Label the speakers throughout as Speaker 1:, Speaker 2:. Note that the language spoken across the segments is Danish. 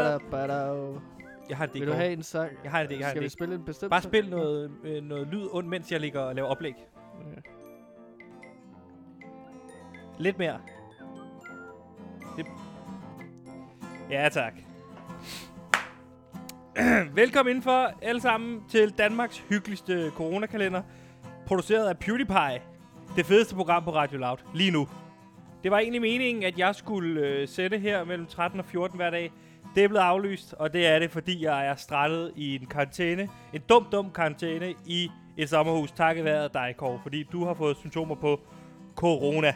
Speaker 1: er jo...
Speaker 2: Jeg har det
Speaker 1: Vil
Speaker 2: ikke.
Speaker 1: du have en sang?
Speaker 2: Jeg har det ikke, jeg har
Speaker 1: Skal
Speaker 2: det
Speaker 1: vi
Speaker 2: ikke.
Speaker 1: spille en bestemt
Speaker 2: Bare
Speaker 1: sang?
Speaker 2: spil noget, øh, noget lyd ondt, mens jeg ligger og laver oplæg.
Speaker 1: Ja.
Speaker 2: Lidt mere. Det. Ja, tak. Velkommen indenfor alle sammen til Danmarks hyggeligste coronakalender, produceret af PewDiePie. Det fedeste program på Radio Loud lige nu. Det var egentlig meningen, at jeg skulle øh, sende her mellem 13 og 14 hver dag. Det er blevet aflyst, og det er det, fordi jeg er strandet i en karantæne. En dum, dum karantæne i et sommerhus, takket være dig, Kåre, fordi du har fået symptomer på corona.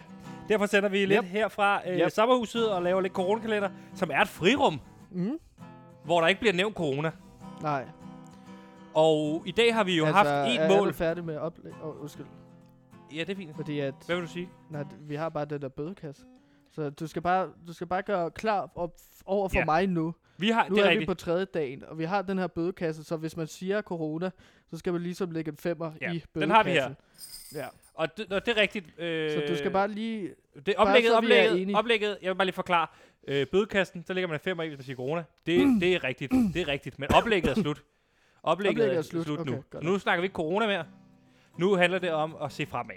Speaker 2: Derfor sender vi lidt
Speaker 1: Yep.
Speaker 2: herfra øh,
Speaker 1: Yep.
Speaker 2: sommerhuset og laver lidt coronakalender, som er et frirum,
Speaker 1: Mm?
Speaker 2: hvor der ikke bliver nævnt corona.
Speaker 1: Nej.
Speaker 2: Og i dag har vi jo altså, haft
Speaker 1: er,
Speaker 2: et
Speaker 1: Er du
Speaker 2: mål.
Speaker 1: færdig med oplæg? Åh, oh, undskyld.
Speaker 2: Ja, det er fint.
Speaker 1: Fordi at...
Speaker 2: Hvad vil du sige?
Speaker 1: Nej, d- vi har bare den der bødekasse. Så du skal bare, du skal bare gøre klar op, over for
Speaker 2: Ja.
Speaker 1: ja. mig nu.
Speaker 2: Vi har,
Speaker 1: Nu
Speaker 2: det
Speaker 1: er,
Speaker 2: er
Speaker 1: vi
Speaker 2: rigtigt.
Speaker 1: på tredje dagen, og vi har den her bødekasse, så hvis man siger corona, så skal man ligesom lægge en femmer
Speaker 2: Ja,
Speaker 1: i bødekassen.
Speaker 2: den har vi her.
Speaker 1: Ja.
Speaker 2: Og det, og det er rigtigt. Øh,
Speaker 1: Så du skal bare lige...
Speaker 2: Det
Speaker 1: Bare
Speaker 2: oplægget,
Speaker 1: så vi er
Speaker 2: oplægget,
Speaker 1: enige.
Speaker 2: oplægget, jeg vil bare lige forklare. Øh, bødekasten, der ligger man en femmer i, hvis man siger corona. Det, mm. det er rigtigt, det er rigtigt. Men oplægget er slut. Oplægget, oplægget er slut, slut okay, nu.
Speaker 1: godt nok.
Speaker 2: Nu snakker vi ikke corona mere. Nu handler det om at se fremad.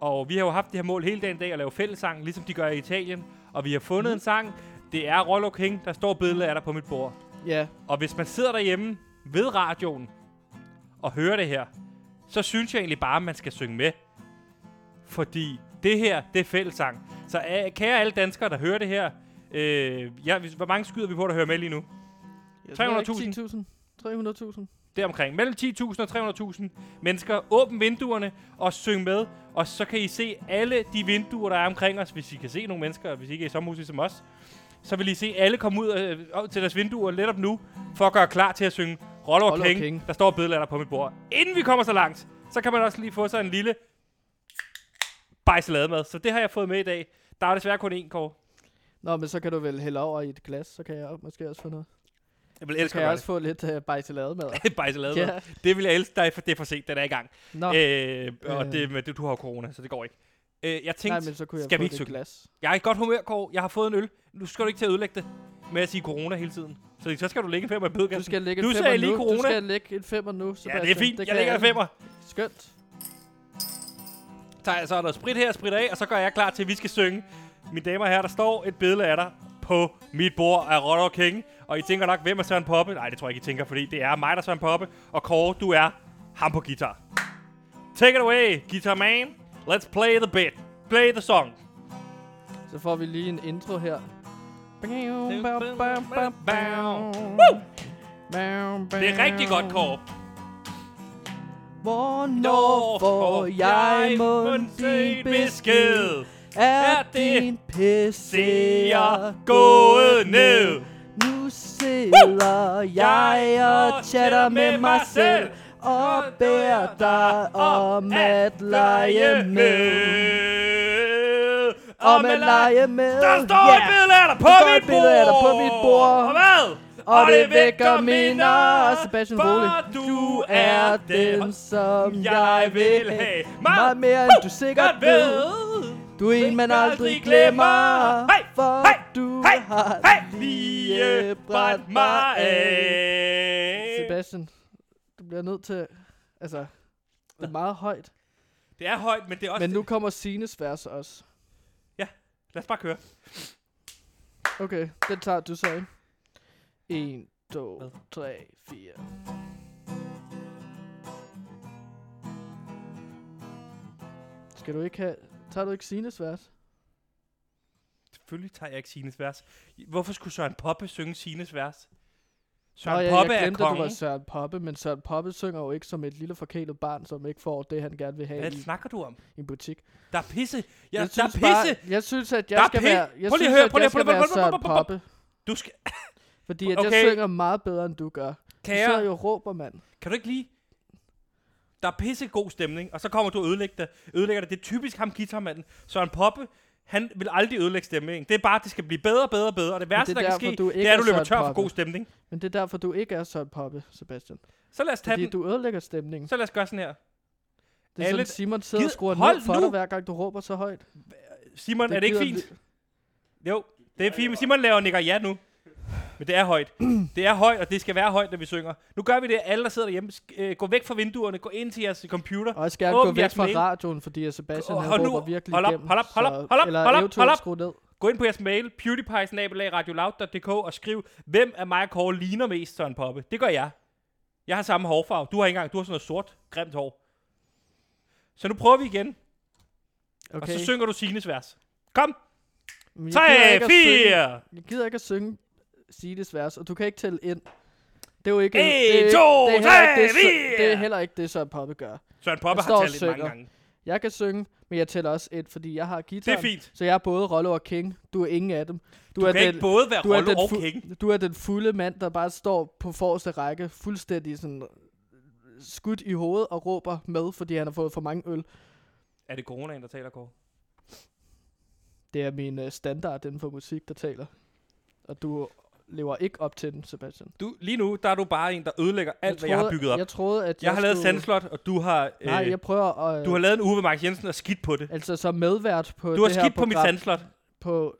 Speaker 2: Og vi har jo haft det her mål hele dagen i dag at lave fællesang, ligesom de gør i Italien. Og vi har fundet mm. en sang. Det er Rollo King, der står billedet af dig på mit bord.
Speaker 1: Ja,
Speaker 2: Og hvis man sidder derhjemme ved radioen og hører det her, så synes jeg egentlig bare, at man skal synge med. Fordi det her, det er fællesang. Så øh, kære alle danskere, der hører det her, øh, ja, hvis- hvor mange skyder vi på, der hører med lige nu?
Speaker 1: jeg tror ikke
Speaker 2: 300.000.
Speaker 1: 10.000. 300.000.
Speaker 2: Deromkring. Mellem 10.000 og 300.000 mennesker. Åbn vinduerne og syng med. Og så kan I se alle de vinduer, der er omkring os, hvis I kan se nogle mennesker, hvis I ikke er i sommerhus som os. Så vil I se alle komme ud øh, op til deres vinduer lidt op nu, for at gøre klar til at synge Roller
Speaker 1: Roller
Speaker 2: og
Speaker 1: og
Speaker 2: King,
Speaker 1: King.
Speaker 2: der står bedlatter på mit bord. Inden vi kommer så langt, så kan man også lige få sig en lille bajsalademad. Så det har jeg fået med i dag. Der er desværre kun én, Kåre.
Speaker 1: Nå, men så kan du vel hælde over i et glas, så kan jeg også- måske også få noget.
Speaker 2: Jeg vil
Speaker 1: Så
Speaker 2: elske
Speaker 1: kan
Speaker 2: at
Speaker 1: jeg
Speaker 2: gøre
Speaker 1: også få lidt uh, bajsalademad.
Speaker 2: det. bajsalademad.
Speaker 1: ja.
Speaker 2: Det vil jeg elske dig, for det er for sent, den er i gang.
Speaker 1: Nå,
Speaker 2: Øh, og
Speaker 1: Øh.
Speaker 2: det, men det, du har jo corona, så det går ikke. Øh, jeg tænkte,
Speaker 1: nej, men så kunne jeg
Speaker 2: skal
Speaker 1: få
Speaker 2: vi ikke
Speaker 1: det
Speaker 2: synge?
Speaker 1: glas.
Speaker 2: jeg er i godt humør, Kåre. Jeg har fået en øl. Nu skal du ikke til at ødelægge det med at sige corona hele tiden. Så, så skal du lægge en femmer i bødekassen.
Speaker 1: Du skal lægge
Speaker 2: Du
Speaker 1: en
Speaker 2: sagde
Speaker 1: femmer
Speaker 2: lige
Speaker 1: nu.
Speaker 2: corona.
Speaker 1: Du skal lægge en femmer nu,
Speaker 2: ja,
Speaker 1: Sebastian.
Speaker 2: det er fint. Det jeg
Speaker 1: kan
Speaker 2: lægger en
Speaker 1: alle.
Speaker 2: femmer.
Speaker 1: Skønt.
Speaker 2: Tager jeg så noget sprit her, sprit af, og så gør jeg klar til, at vi skal synge. Mine damer og herrer, der står et billede af dig på mit bord af Rotter King. Og I tænker nok, hvem er Søren Poppe? Nej, det tror jeg ikke, I tænker, fordi det er mig, der er Søren Poppe. Og Kåre, du er ham på guitar. Take it away, guitar man. Let's play the bit. Play the song.
Speaker 1: Så får vi lige en intro her.
Speaker 2: Woo! Det er rigtig godt, Kåre.
Speaker 1: Hvornår får jeg mundtlig besked? Er din
Speaker 2: Ser
Speaker 1: PC'er
Speaker 2: gået ned.
Speaker 1: Nu sidder jeg og chatter med mig selv og bærer dig om at lege med. Om at lege med.
Speaker 2: Der står yeah. et billede af dig på
Speaker 1: Der står et
Speaker 2: mit bord.
Speaker 1: billede af dig på mit bord.
Speaker 2: Og hvad?
Speaker 1: Og det vækker minder, Sebastian Rode.
Speaker 2: for
Speaker 1: Du er den, som jeg vil have. Meget mere, end du sikkert
Speaker 2: godt
Speaker 1: ved.
Speaker 2: ved.
Speaker 1: Du er en, man
Speaker 2: Hvem
Speaker 1: aldrig glemmer.
Speaker 2: Hey,
Speaker 1: For
Speaker 2: hey,
Speaker 1: du
Speaker 2: hey,
Speaker 1: har
Speaker 2: hey, lige brændt mig af.
Speaker 1: Sebastian, du bliver nødt til... Altså, det er meget højt.
Speaker 2: Det er højt, men det er også...
Speaker 1: Men nu kommer Sines vers også.
Speaker 2: Lad os bare køre.
Speaker 1: Okay, den tager du så, ikke? 1, 2,
Speaker 2: Hvad?
Speaker 1: 3, 4. Skal du ikke have... Tager du ikke Sines vers?
Speaker 2: Selvfølgelig tager jeg ikke Sines vers. Hvorfor skulle Søren Poppe synge Sines vers?
Speaker 1: Nå,
Speaker 2: Søren
Speaker 1: ja,
Speaker 2: Poppe
Speaker 1: jeg
Speaker 2: er
Speaker 1: glemte, at du var
Speaker 2: kongen.
Speaker 1: Søren Poppe, men Søren Poppe synger jo ikke som et lille forkælet barn, som ikke får det, han gerne vil have
Speaker 2: Hvad
Speaker 1: i
Speaker 2: snakker du om?
Speaker 1: i en butik.
Speaker 2: Der er pisse. Ja,
Speaker 1: jeg
Speaker 2: der er
Speaker 1: synes
Speaker 2: pisse.
Speaker 1: Bare, jeg synes, at
Speaker 2: Der
Speaker 1: jeg
Speaker 2: er
Speaker 1: skal
Speaker 2: pis-
Speaker 1: være, jeg
Speaker 2: Prøv lige at
Speaker 1: synes,
Speaker 2: høre,
Speaker 1: at
Speaker 2: prøv lige
Speaker 1: jeg
Speaker 2: at- prøv
Speaker 1: skal
Speaker 2: lige at- prøv
Speaker 1: være
Speaker 2: lige at-
Speaker 1: Søren
Speaker 2: prøv lige at-
Speaker 1: Poppe.
Speaker 2: Du skal...
Speaker 1: Fordi at
Speaker 2: Okay.
Speaker 1: jeg synger meget bedre, end du gør. Du sidder
Speaker 2: Kære,
Speaker 1: jo og råber, mand.
Speaker 2: kan du ikke lige... Der er pisse god stemning, og så kommer du og ødelægger det. Ødelægger det. det er typisk ham guitarmanden. Søren Poppe, han vil aldrig ødelægge stemningen. Det er bare, at det skal blive bedre og bedre og bedre. Og det
Speaker 1: er
Speaker 2: værste, der kan
Speaker 1: derfor,
Speaker 2: ske,
Speaker 1: du ikke
Speaker 2: det er, at du
Speaker 1: er
Speaker 2: løber
Speaker 1: Søren
Speaker 2: tør for
Speaker 1: Poppe.
Speaker 2: god stemning.
Speaker 1: Men det er derfor, du ikke er Søren Poppe, Sebastian.
Speaker 2: Så lad os tage
Speaker 1: Fordi
Speaker 2: den.
Speaker 1: du ødelægger stemningen.
Speaker 2: Så lad os gøre sådan her.
Speaker 1: Det er
Speaker 2: Alle-
Speaker 1: sådan, Simon sidder og
Speaker 2: Gid-
Speaker 1: skruer
Speaker 2: hold
Speaker 1: ned for
Speaker 2: nu!
Speaker 1: dig, hver gang du råber så højt.
Speaker 2: Simon, det er det ikke
Speaker 1: gider
Speaker 2: fint? Jo, det er fint. Simon laver nikker ja nu. Men det er højt. Det er højt, og det skal være højt, når vi synger. Nu gør vi det, alle der sidder derhjemme. sk- øh, Gå væk fra vinduerne, gå ind til jeres computer.
Speaker 1: Og jeg skal
Speaker 2: Åbn
Speaker 1: gå væk
Speaker 2: jeres
Speaker 1: fra
Speaker 2: mail.
Speaker 1: radioen, fordi at Sebastian
Speaker 2: Og-
Speaker 1: han
Speaker 2: og nu-
Speaker 1: råber virkelig
Speaker 2: hold op,
Speaker 1: igennem.
Speaker 2: hold op, hold op,
Speaker 1: så-
Speaker 2: hold op,
Speaker 1: Eller
Speaker 2: hold op,
Speaker 1: eventuelt
Speaker 2: hold op.
Speaker 1: skru ned.
Speaker 2: Gå ind på jeres mail, pewdiepie-radioloud.dk og skriv, hvem af mig og Kåre ligner mest Søren Poppe. Det gør jeg. Jeg har samme hårfarve. Du har ikke engang, du har sådan noget sort, grimt hår. Så nu prøver vi igen, okay. og
Speaker 1: Okay.
Speaker 2: så synger du Signes vers. Kom,
Speaker 1: Men jeg
Speaker 2: 3,
Speaker 1: gider ikke at
Speaker 2: 4,
Speaker 1: synge- Jeg gider ikke at synge Signes vers, og du kan ikke tælle ind. Det er jo ikke...
Speaker 2: En,
Speaker 1: det, er-
Speaker 2: to,
Speaker 1: det er heller ikke
Speaker 2: tre,
Speaker 1: det, Sø-
Speaker 2: fire!
Speaker 1: det er heller ikke det, Søren Poppe gør.
Speaker 2: Søren Poppe
Speaker 1: står
Speaker 2: har
Speaker 1: og
Speaker 2: talt lidt mange
Speaker 1: synger.
Speaker 2: gange.
Speaker 1: Jeg kan synge, men jeg tæller også ind, fordi jeg har
Speaker 2: Det
Speaker 1: guitar.
Speaker 2: er fint.
Speaker 1: Så jeg er både Rollo og King. Du er ingen af dem.
Speaker 2: Du, du
Speaker 1: er
Speaker 2: kan den, ikke både være
Speaker 1: du er,
Speaker 2: Rollo
Speaker 1: den
Speaker 2: og
Speaker 1: fu-
Speaker 2: King.
Speaker 1: du er den fulde mand, der bare står på forreste række, fuldstændig sådan skudt i hovedet og råber med, fordi han har fået for mange øl.
Speaker 2: Er det coronaen, der taler, Kåre?
Speaker 1: Det er min øh, standard inden for musik, der taler. Og du lever ikke op til den, Sebastian.
Speaker 2: Du, lige nu, der er du bare en, der ødelægger alt, hvad jeg har bygget op. Jeg,
Speaker 1: Jeg troede, at jeg,
Speaker 2: jeg har lavet
Speaker 1: skulle...
Speaker 2: Sandslot, og du har, øh,
Speaker 1: Nej, jeg prøver at...
Speaker 2: du har lavet en Uwe Max Jensen og skidt på det.
Speaker 1: Altså som medvært på
Speaker 2: Du har
Speaker 1: det her
Speaker 2: skidt på
Speaker 1: program,
Speaker 2: mit Sandslot.
Speaker 1: På,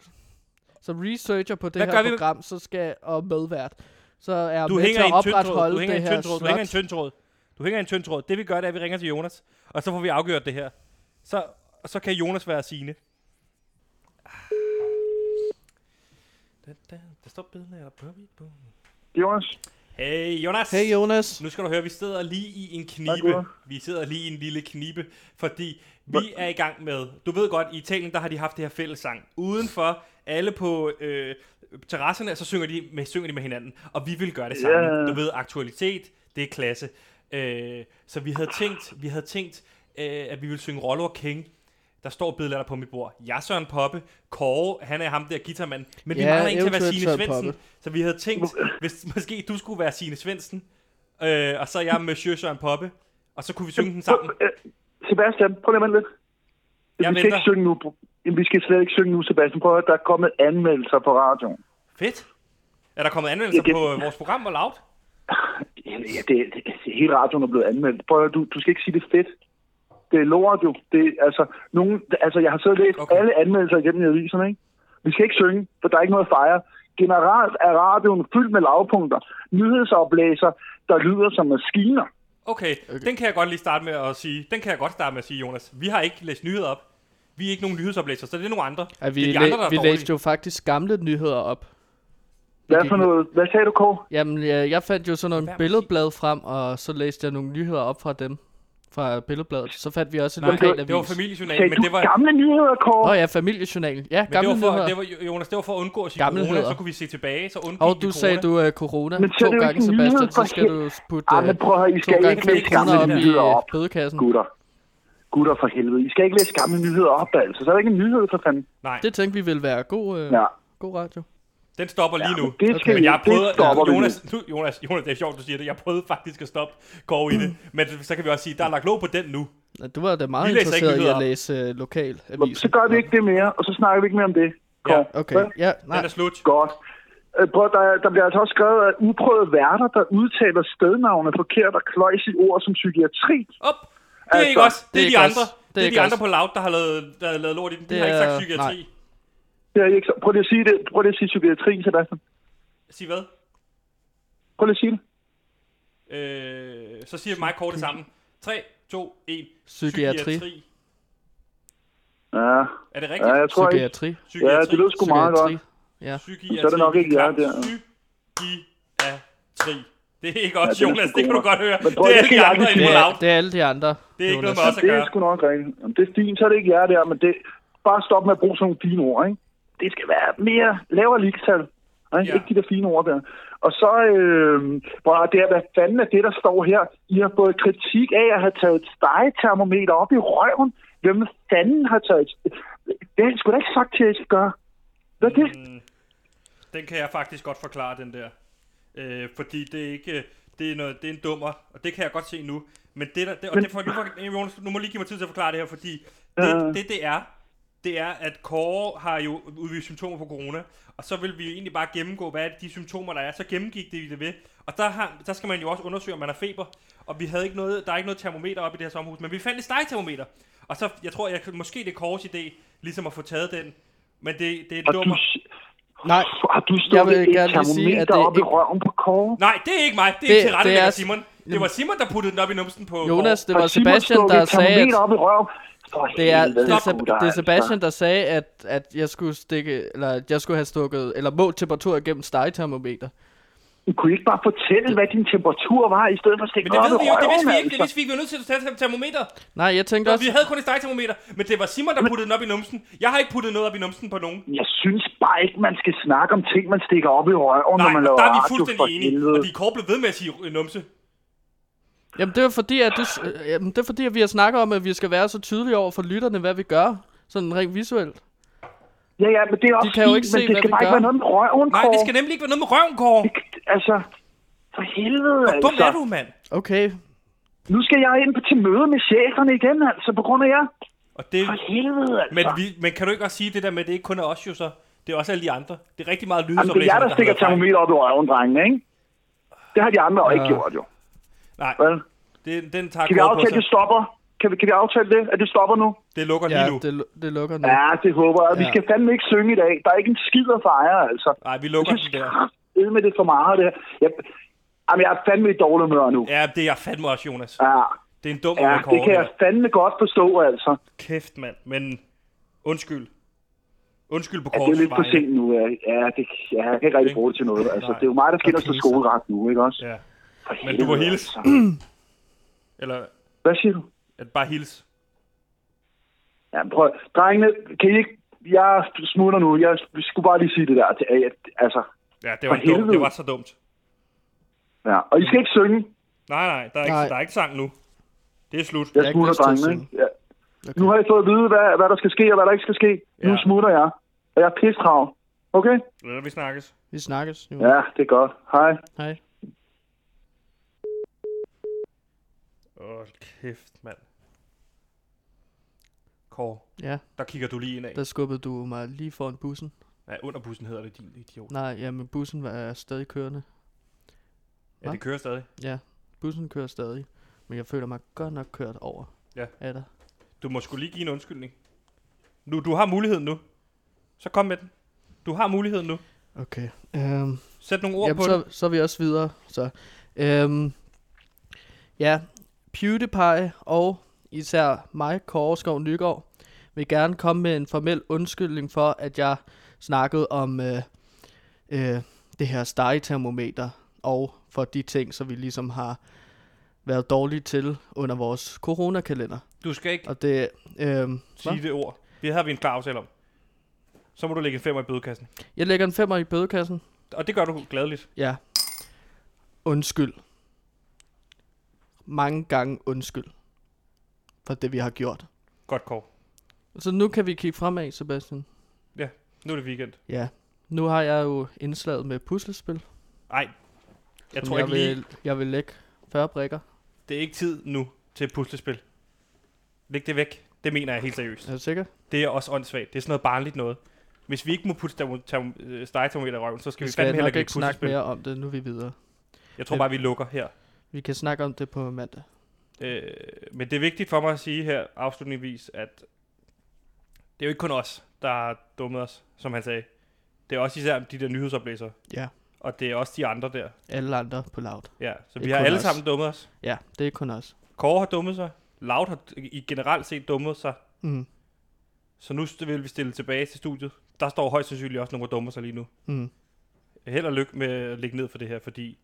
Speaker 1: som researcher på det
Speaker 2: Hvad
Speaker 1: her
Speaker 2: gør vi med-
Speaker 1: program, så skal og medvært, så er jeg
Speaker 2: du
Speaker 1: med til
Speaker 2: hænger i
Speaker 1: at
Speaker 2: en tynd tråd.
Speaker 1: opretholde
Speaker 2: Du hænger i
Speaker 1: det
Speaker 2: en
Speaker 1: her
Speaker 2: tynd tråd. Du hænger i en
Speaker 1: slot.
Speaker 2: tynd tråd. Du hænger i en tynd tråd. Det vi gør, det er, at vi ringer til Jonas, og så får vi afgjort det her. Så, og så kan Jonas være sine. Ah. Der står billeder på mit bord.
Speaker 3: Jonas,
Speaker 2: Hey Jonas!
Speaker 1: Hey Jonas.
Speaker 2: Nu skal du høre, vi sidder lige i en
Speaker 3: Tak,
Speaker 2: knibe.
Speaker 3: Gud.
Speaker 2: Vi sidder lige i en lille knibe, fordi vi er i gang med... Du ved godt, i Italien, der har de haft det her fællessang. Udenfor, alle på øh, terrasserne, og så synger de, med, synger de med hinanden. Og vi vil gøre det samme.
Speaker 3: Ja.
Speaker 2: Du ved, aktualitet, det er klasse. Øh, så vi havde tænkt, vi havde tænkt øh, at vi ville synge Rollo og King. Der står billeder der på mit bord. Jeg er Søren Poppe. Kåre, han er ham der guitarmand. Men vi
Speaker 1: Ja,
Speaker 2: mangler en til at være
Speaker 1: eventuelt
Speaker 2: Signe
Speaker 1: Søren
Speaker 2: Svendsen.
Speaker 1: Poppe.
Speaker 2: Så vi havde tænkt, hvis måske du skulle være Signe Svendsen, øh, og så jeg Monsieur Søren Poppe, og så kunne vi synge den sammen.
Speaker 3: Øh, Sebastian, prøv lige at vente lidt.
Speaker 2: Jeg
Speaker 3: vi skal
Speaker 2: venter.
Speaker 3: ikke synge nu. Jamen, vi skal slet ikke synge nu, Sebastian. Prøv at høre, der er kommet anmeldelser på radioen.
Speaker 2: Fedt. Er der kommet anmeldelser
Speaker 3: Ja, det-
Speaker 2: på øh, vores program og loud?
Speaker 3: Ja, det, det, hele radioen er blevet anmeldt. Prøv at høre, du, du skal ikke sige det er fedt. Det er lort jo. Det, er, altså, nogen, altså, jeg har siddet og læst
Speaker 2: Okay.
Speaker 3: okay. alle anmeldelser igennem i aviserne, ikke? Vi skal ikke synge, for der er ikke noget at fejre. Generelt er radioen fyldt med lavpunkter, nyhedsoplæser, der lyder som maskiner.
Speaker 2: Okay, okay, den kan jeg godt lige starte med at sige. Den kan jeg godt starte med at sige, Jonas. Vi har ikke læst nyheder op. Vi er ikke nogen nyhedsoplæser, så det er nogle andre.
Speaker 1: Ja, vi,
Speaker 2: det er
Speaker 1: læ-
Speaker 2: der er
Speaker 1: vi
Speaker 2: dårlige.
Speaker 1: læste jo faktisk gamle nyheder op.
Speaker 3: Hvad
Speaker 1: gik
Speaker 3: for
Speaker 1: ned.
Speaker 3: noget? Hvad sagde du, Kåre?
Speaker 1: Jamen, jeg, jeg fandt jo sådan nogle
Speaker 2: Hvad må
Speaker 1: billedblad frem, og så læste jeg nogle nyheder op fra dem. Fra billedbladet. Så fandt vi også en
Speaker 2: Nej,
Speaker 1: lokal avis.
Speaker 2: det var familiejournalen,
Speaker 3: Sagde
Speaker 2: men
Speaker 3: du
Speaker 2: det var...
Speaker 3: gamle nyheder, Kåre?
Speaker 1: Nå ja, familiejournalen. Ja,
Speaker 2: Men det
Speaker 1: gamle
Speaker 2: var, for,
Speaker 1: nyheder.
Speaker 2: det var, Jonas, det var for at undgå at sige
Speaker 1: Gamle
Speaker 2: corona,
Speaker 1: nyheder.
Speaker 2: så kunne vi se tilbage, så undgik
Speaker 1: Og
Speaker 2: vi
Speaker 1: du
Speaker 2: corona.
Speaker 1: sagde du uh, corona
Speaker 3: Men så er
Speaker 1: to
Speaker 3: det jo
Speaker 1: gange,
Speaker 3: ikke en nyhed
Speaker 1: Sebastian,
Speaker 3: for
Speaker 1: så skal
Speaker 3: hel-
Speaker 1: du putte
Speaker 3: Ej,
Speaker 1: uh,
Speaker 3: men prøv at høre, I
Speaker 1: to
Speaker 3: skal
Speaker 1: gange
Speaker 3: ikke læse
Speaker 1: 5 kroner
Speaker 3: gamle
Speaker 1: op i
Speaker 3: nyheder
Speaker 1: øh,
Speaker 3: op,
Speaker 1: bødekassen.
Speaker 3: gutter. Gutter for helvede. I skal ikke læse gamle nyheder op, altså. Så er der ikke en nyhed for fanden.
Speaker 2: Nej,
Speaker 1: Det tænkte vi ville være god, øh,
Speaker 3: Ja.
Speaker 1: god radio.
Speaker 2: den stopper lige nu.
Speaker 3: Det skal
Speaker 1: Okay.
Speaker 3: okay.
Speaker 2: Men jeg prøvede,
Speaker 3: det stopper vi nu.
Speaker 2: Jonas, nu, Jonas, Jonas, det er sjovt, du siger det. Jeg prøvede faktisk at stoppe Kåre i det. Men så kan vi også sige, der er lagt låg på den nu.
Speaker 1: Nå, Du var da meget
Speaker 2: Vi læser ikke
Speaker 1: interesseret i
Speaker 2: nyheder
Speaker 1: at
Speaker 2: op.
Speaker 1: læse øh, lokal
Speaker 3: Nå, Så gør vi ikke det mere, og så snakker vi ikke mere om det. Kåre.
Speaker 1: Okay,
Speaker 3: Vel?
Speaker 1: ja,
Speaker 2: Den er
Speaker 1: nej.
Speaker 2: slut.
Speaker 3: Godt. Øh, Prøv, der, der bliver altså også skrevet af uprøvede værter, der udtaler stednavne forkert og kløjs i ord som psykiatri.
Speaker 2: Op! Det er
Speaker 3: Altså,
Speaker 2: ikke os. Det
Speaker 1: det
Speaker 2: er de
Speaker 1: er ikke
Speaker 2: andre.
Speaker 1: os.
Speaker 2: Det er
Speaker 1: ikke
Speaker 2: de andre
Speaker 1: os.
Speaker 2: på Loud, der har lavet, der har lavet lort i den. De
Speaker 1: Det
Speaker 2: har ikke sagt
Speaker 1: er-
Speaker 2: psykiatri.
Speaker 3: Det er ikke så. Prøv lige at sige det. Prøv lige at sige psykiatri, Sebastian.
Speaker 2: Sig hvad?
Speaker 3: Prøv lige at sige det.
Speaker 2: Øh, så siger mig kort det samme. 3, 2, 1.
Speaker 1: Psykiatri.
Speaker 3: Ja,
Speaker 2: Er det
Speaker 3: ja
Speaker 2: rigtigt?
Speaker 3: jeg tror ikke.
Speaker 1: Psykiatri.
Speaker 3: Ja, det lyder sgu meget godt.
Speaker 1: Psykiatri. Ja.
Speaker 2: Psykiatri.
Speaker 3: Så er det nok ikke jer,
Speaker 2: klart.
Speaker 3: det er.
Speaker 2: Psykiatri. Det er ikke
Speaker 3: Ja,
Speaker 2: os,
Speaker 3: den er
Speaker 2: Jonas.
Speaker 3: sgu
Speaker 2: Det kan du
Speaker 3: god.
Speaker 2: godt høre.
Speaker 3: Men
Speaker 2: Det
Speaker 3: prøv,
Speaker 2: er
Speaker 3: det
Speaker 2: alle
Speaker 3: skal
Speaker 2: de
Speaker 3: jeg
Speaker 2: andre
Speaker 3: aldrig
Speaker 2: i
Speaker 1: Det
Speaker 3: sige.
Speaker 2: på
Speaker 1: er,
Speaker 2: Loud.
Speaker 1: det er alle de andre.
Speaker 2: Det er ikke noget
Speaker 1: Jonas.
Speaker 2: med os at
Speaker 3: Det er
Speaker 2: gøre.
Speaker 3: sgu nok rigtigt. Jamen, Det er fint, så er det ikke jer der, men det, bare stop med at bruge sådan nogle fine ord, ikke? Det skal være mere lavere ligestal. Ikke?
Speaker 2: Ja.
Speaker 3: Ja. ikke de der fine ord der. Og så, øh, bare det, er, hvad fanden er det, der står her? I har fået kritik af at have taget et stegetermometer op i røven. Hvem fanden har taget et... Det har jeg sgu da ikke sagt til, at I skal gøre. Hvad er det?
Speaker 2: Mm, den kan jeg faktisk godt forklare, den der. Øh, fordi det er ikke... øh, Det er, noget, det er en dummer, og det kan jeg godt se nu. Men det der... Det, og det får, nu, får- Jonas, nu må lige give mig tid til at forklare det her, fordi...
Speaker 3: Ja.
Speaker 2: Det, det, det er, det er, at Kåre har jo udvist symptomer på corona, og så vil vi jo egentlig bare gennemgå, hvad er det, de symptomer, der er. Så gennemgik det vi det ved, og der, har, der skal man jo også undersøge, om man har feber, og vi havde ikke noget, der er ikke noget termometer op i det her sommerhus, men vi fandt et stegetermometer. Og så, jeg tror, jeg, måske det er Kåres idé, ligesom at få taget den, men det, det er
Speaker 3: Og
Speaker 2: dummer.
Speaker 3: du, s-
Speaker 1: Nej,
Speaker 3: Har du
Speaker 1: Jeg vil
Speaker 3: stukket et
Speaker 1: gerne lige sige, at
Speaker 3: termometer
Speaker 1: det
Speaker 3: op i
Speaker 1: ikke-
Speaker 3: røven på Kåre?
Speaker 2: Nej, det er ikke mig. Det er
Speaker 1: Det-
Speaker 2: ikke til
Speaker 1: det er
Speaker 2: rette,
Speaker 1: s-
Speaker 2: Simon. Det var Simon, der puttede den op i numsen på...
Speaker 1: Jonas, det
Speaker 3: Har
Speaker 1: var
Speaker 3: Simon
Speaker 1: Sebastian,
Speaker 3: stukket
Speaker 1: der
Speaker 3: et
Speaker 1: sagde, at
Speaker 3: termometer op i røven? For
Speaker 1: det er,
Speaker 3: helvede,
Speaker 1: det, er Seb-
Speaker 3: Gud,
Speaker 1: det er
Speaker 3: altså.
Speaker 1: Sebastian, der sagde, at, at jeg skulle stikke, eller at jeg skulle have stukket, eller målt temperatur igennem stegetermometer.
Speaker 3: Kunne I ikke bare fortælle, hvad din temperatur var, i stedet for at stikke
Speaker 2: Men det
Speaker 3: den op
Speaker 2: ved
Speaker 3: i
Speaker 2: vi jo, det vidste
Speaker 3: røven,
Speaker 2: vi ikke. Det
Speaker 3: altså?
Speaker 2: vidste vi ikke. Vi var nødt til at tage et termometer.
Speaker 1: Nej, jeg tænkte
Speaker 2: Og vi
Speaker 1: også,
Speaker 2: havde kun et stegtermometer, men det var Simon, der puttede den op i numsen. Jeg har ikke puttet noget op i numsen på nogen.
Speaker 3: Jeg synes bare ikke, man skal snakke om ting, man stikker op i røven, når
Speaker 2: Nej, og
Speaker 3: man laver
Speaker 2: der er vi
Speaker 3: radio, ah, for
Speaker 2: fuldstændig enige.
Speaker 3: helvede.
Speaker 2: Og de er kort blev ved med at sige øh, numse.
Speaker 1: jamen det var fordi, at, det, s- øh, jamen, det er fordi, at vi har snakket om, at vi skal være så tydelige over for lytterne, hvad vi gør, sådan rent visuelt.
Speaker 3: Ja, ja, men det er også
Speaker 1: kan jo
Speaker 3: fint,
Speaker 1: ikke se,
Speaker 3: men det
Speaker 1: hvad
Speaker 3: skal
Speaker 1: vi
Speaker 3: bare ikke
Speaker 1: gør.
Speaker 3: være noget med røven,
Speaker 2: Nej, det
Speaker 3: Kåre.
Speaker 2: skal nemlig ikke være noget med røven, Kåre.
Speaker 3: Altså, for helvede,
Speaker 2: Hvor dum
Speaker 3: altså.
Speaker 2: er du, mand?
Speaker 1: Okay,
Speaker 3: Nu skal jeg ind på til møde med cheferne igen, altså, på grund af jer.
Speaker 2: Og det,
Speaker 3: For helvede, altså.
Speaker 2: men, vi, men kan du ikke også sige det der med, at det ikke kun er os jo så? Det er også alle de andre. Det er rigtig meget lyde,
Speaker 3: Jamen,
Speaker 2: som
Speaker 3: det er jer, der
Speaker 2: har
Speaker 3: stikker
Speaker 2: været fejl.
Speaker 3: termometer op i røven, drengene, ikke? Det har de andre ja. ikke gjort, jo.
Speaker 2: Nej,
Speaker 3: Vel?
Speaker 2: det, den tager
Speaker 3: Kan vi
Speaker 2: Kåre på
Speaker 3: aftale, at
Speaker 2: sig.
Speaker 3: det stopper? Kan vi, kan vi aftale det, at det stopper nu?
Speaker 2: Det lukker lige
Speaker 1: ja,
Speaker 2: nu.
Speaker 1: det, lu- det lukker nu.
Speaker 3: Ja, det håber jeg. Vi
Speaker 1: Ja.
Speaker 3: skal fandme ikke synge i dag. Der er ikke en skid at fejre, altså.
Speaker 2: Nej, vi lukker
Speaker 3: Jeg
Speaker 2: den der.
Speaker 3: synes med det er for meget, det her. Jeg, jamen, jeg er fandme i dårlig humør nu.
Speaker 2: Ja, det er jeg fandme også, Jonas.
Speaker 3: Ja,
Speaker 2: Det er en dum
Speaker 3: ja
Speaker 2: ja,
Speaker 3: det
Speaker 2: rekord.
Speaker 3: kan jeg fandme godt forstå, altså.
Speaker 2: Kæft, mand. Men undskyld. Undskyld på
Speaker 3: Ja, det er
Speaker 2: Kåres
Speaker 3: lidt for sent nu. Ja, ja, det, ja, jeg kan ikke rigtig
Speaker 2: Ikke?
Speaker 3: bruge det til noget. Altså,
Speaker 2: Nej.
Speaker 3: det er jo mig, der skal ind og stå
Speaker 1: Okay, så.
Speaker 3: skoleret nu, ikke også?
Speaker 2: Ja.
Speaker 3: For
Speaker 2: Men du må
Speaker 3: helvede,
Speaker 2: hilse.
Speaker 3: altså.
Speaker 2: Eller
Speaker 3: Hvad siger du?
Speaker 2: at bare hils.
Speaker 3: Ja, prøv. Drengene, kan I ikke... Jeg smutter nu. Jeg skulle bare lige sige det der. til- at- at- Altså,
Speaker 2: Ja, det
Speaker 3: For
Speaker 2: var, dumt. det
Speaker 3: helvede.
Speaker 2: var så dumt.
Speaker 3: ja. Og I skal ikke synge.
Speaker 2: Nej, nej, der er, ikke,
Speaker 1: Nej.
Speaker 2: der er ikke sang nu. Det er slut.
Speaker 3: Jeg
Speaker 1: Jeg har ikke
Speaker 3: smutter,
Speaker 1: lyst til at
Speaker 3: drengene.
Speaker 1: synge.
Speaker 3: ikke? Ja. Okay. Nu har I fået at vide, hvad, hvad der skal ske og hvad der ikke skal ske. Ja. Nu
Speaker 2: Ja.
Speaker 3: smutter jeg. Og jeg er pisstrav. Okay?
Speaker 2: Ja. Vi snakkes.
Speaker 1: Vi snakkes nu.
Speaker 3: Ja, det er godt. Hej.
Speaker 1: Hej.
Speaker 2: Åh, kæft, mand. Kåre,
Speaker 1: Ja,
Speaker 2: der kigger du lige ind af.
Speaker 1: der skubbede du mig lige foran bussen.
Speaker 2: Ja, under bussen hedder det, din idiot.
Speaker 1: Nej, jamen bussen var stadig kørende.
Speaker 2: Ja, det kører stadig.
Speaker 1: Ja, bussen kører stadig. Men jeg føler mig godt nok kørt over.
Speaker 2: Ja.
Speaker 1: Er der?
Speaker 2: Du må skulle lige give en undskyldning. Nu, du har muligheden nu. Så kom med den. Du har muligheden nu.
Speaker 1: Okay. Øhm,
Speaker 2: Sæt nogle ord på
Speaker 1: jamen,
Speaker 2: det.
Speaker 1: så, så er vi også videre. Så. Øhm, ja, PewDiePie og især mig, Kåre Skov Nygaard, vil gerne komme med en formel undskyldning for, at jeg snakkede om øh, øh, det her stegetermometer og for de ting, som vi ligesom har været dårlige til under vores coronakalender.
Speaker 2: Du skal ikke
Speaker 1: Og det, øh,
Speaker 2: sige det ord. Det havde vi en klar aftale om. Så må du lægge en femmer i bødekassen.
Speaker 1: jeg lægger en femmer i bødekassen.
Speaker 2: Og det gør du gladeligt.
Speaker 1: Ja. Undskyld. Mange gange undskyld. For det, vi har gjort.
Speaker 2: Godt, Kåre.
Speaker 1: Så nu kan vi kigge fremad, Sebastian.
Speaker 2: Ja, nu er det weekend.
Speaker 1: Ja. Nu har jeg jo indslaget med puslespil.
Speaker 2: Nej, jeg
Speaker 1: som
Speaker 2: tror ikke lige,
Speaker 1: vil, Jeg vil lægge 40 brikker.
Speaker 2: det er ikke tid nu til puslespil. Læg det væk. Det mener jeg helt seriøst.
Speaker 1: Er du sikker?
Speaker 2: Det er også åndssvagt. Det er sådan noget barnligt noget. Hvis vi ikke må putte termo- termo- øh, stegetermometer i røven, så skal vi,
Speaker 1: Vi
Speaker 2: vi
Speaker 1: skal
Speaker 2: fandme heller
Speaker 1: nok
Speaker 2: ikke lægge
Speaker 1: ikke snakke
Speaker 2: puslespil.
Speaker 1: mere om det, nu er vi videre.
Speaker 2: Jeg tror bare, vi lukker her.
Speaker 1: Vi kan snakke om det på mandag.
Speaker 2: Øh, men det er vigtigt for mig at sige her afslutningsvis, at det er jo ikke kun os, der har dummet os, som han sagde. Det er også især de der nyhedsoplæsere,
Speaker 1: Ja.
Speaker 2: og det er også de andre der.
Speaker 1: Alle andre på loud.
Speaker 2: Ja, så
Speaker 1: Ikke
Speaker 2: vi har
Speaker 1: kun
Speaker 2: alle
Speaker 1: os.
Speaker 2: sammen dummet os.
Speaker 1: Ja, det er kun os.
Speaker 2: Kåre har dummet sig. Loud har i generelt set dummet sig.
Speaker 1: Mm.
Speaker 2: Så nu st- vil vi stille tilbage til studiet. Der står højst sandsynligt også nogle, der dummer sig lige nu.
Speaker 1: Mm.
Speaker 2: Held og lykke med at ligge ned for det her, fordi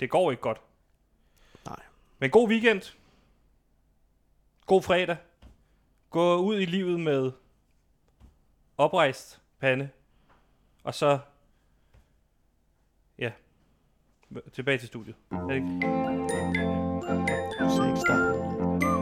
Speaker 2: det går ikke godt.
Speaker 1: Nej.
Speaker 2: Men god weekend. God fredag. Gå ud i livet med oprejst pande. Og så... Ja. Tilbage til studiet. Er det ikke?
Speaker 1: Du sagde ikke stop.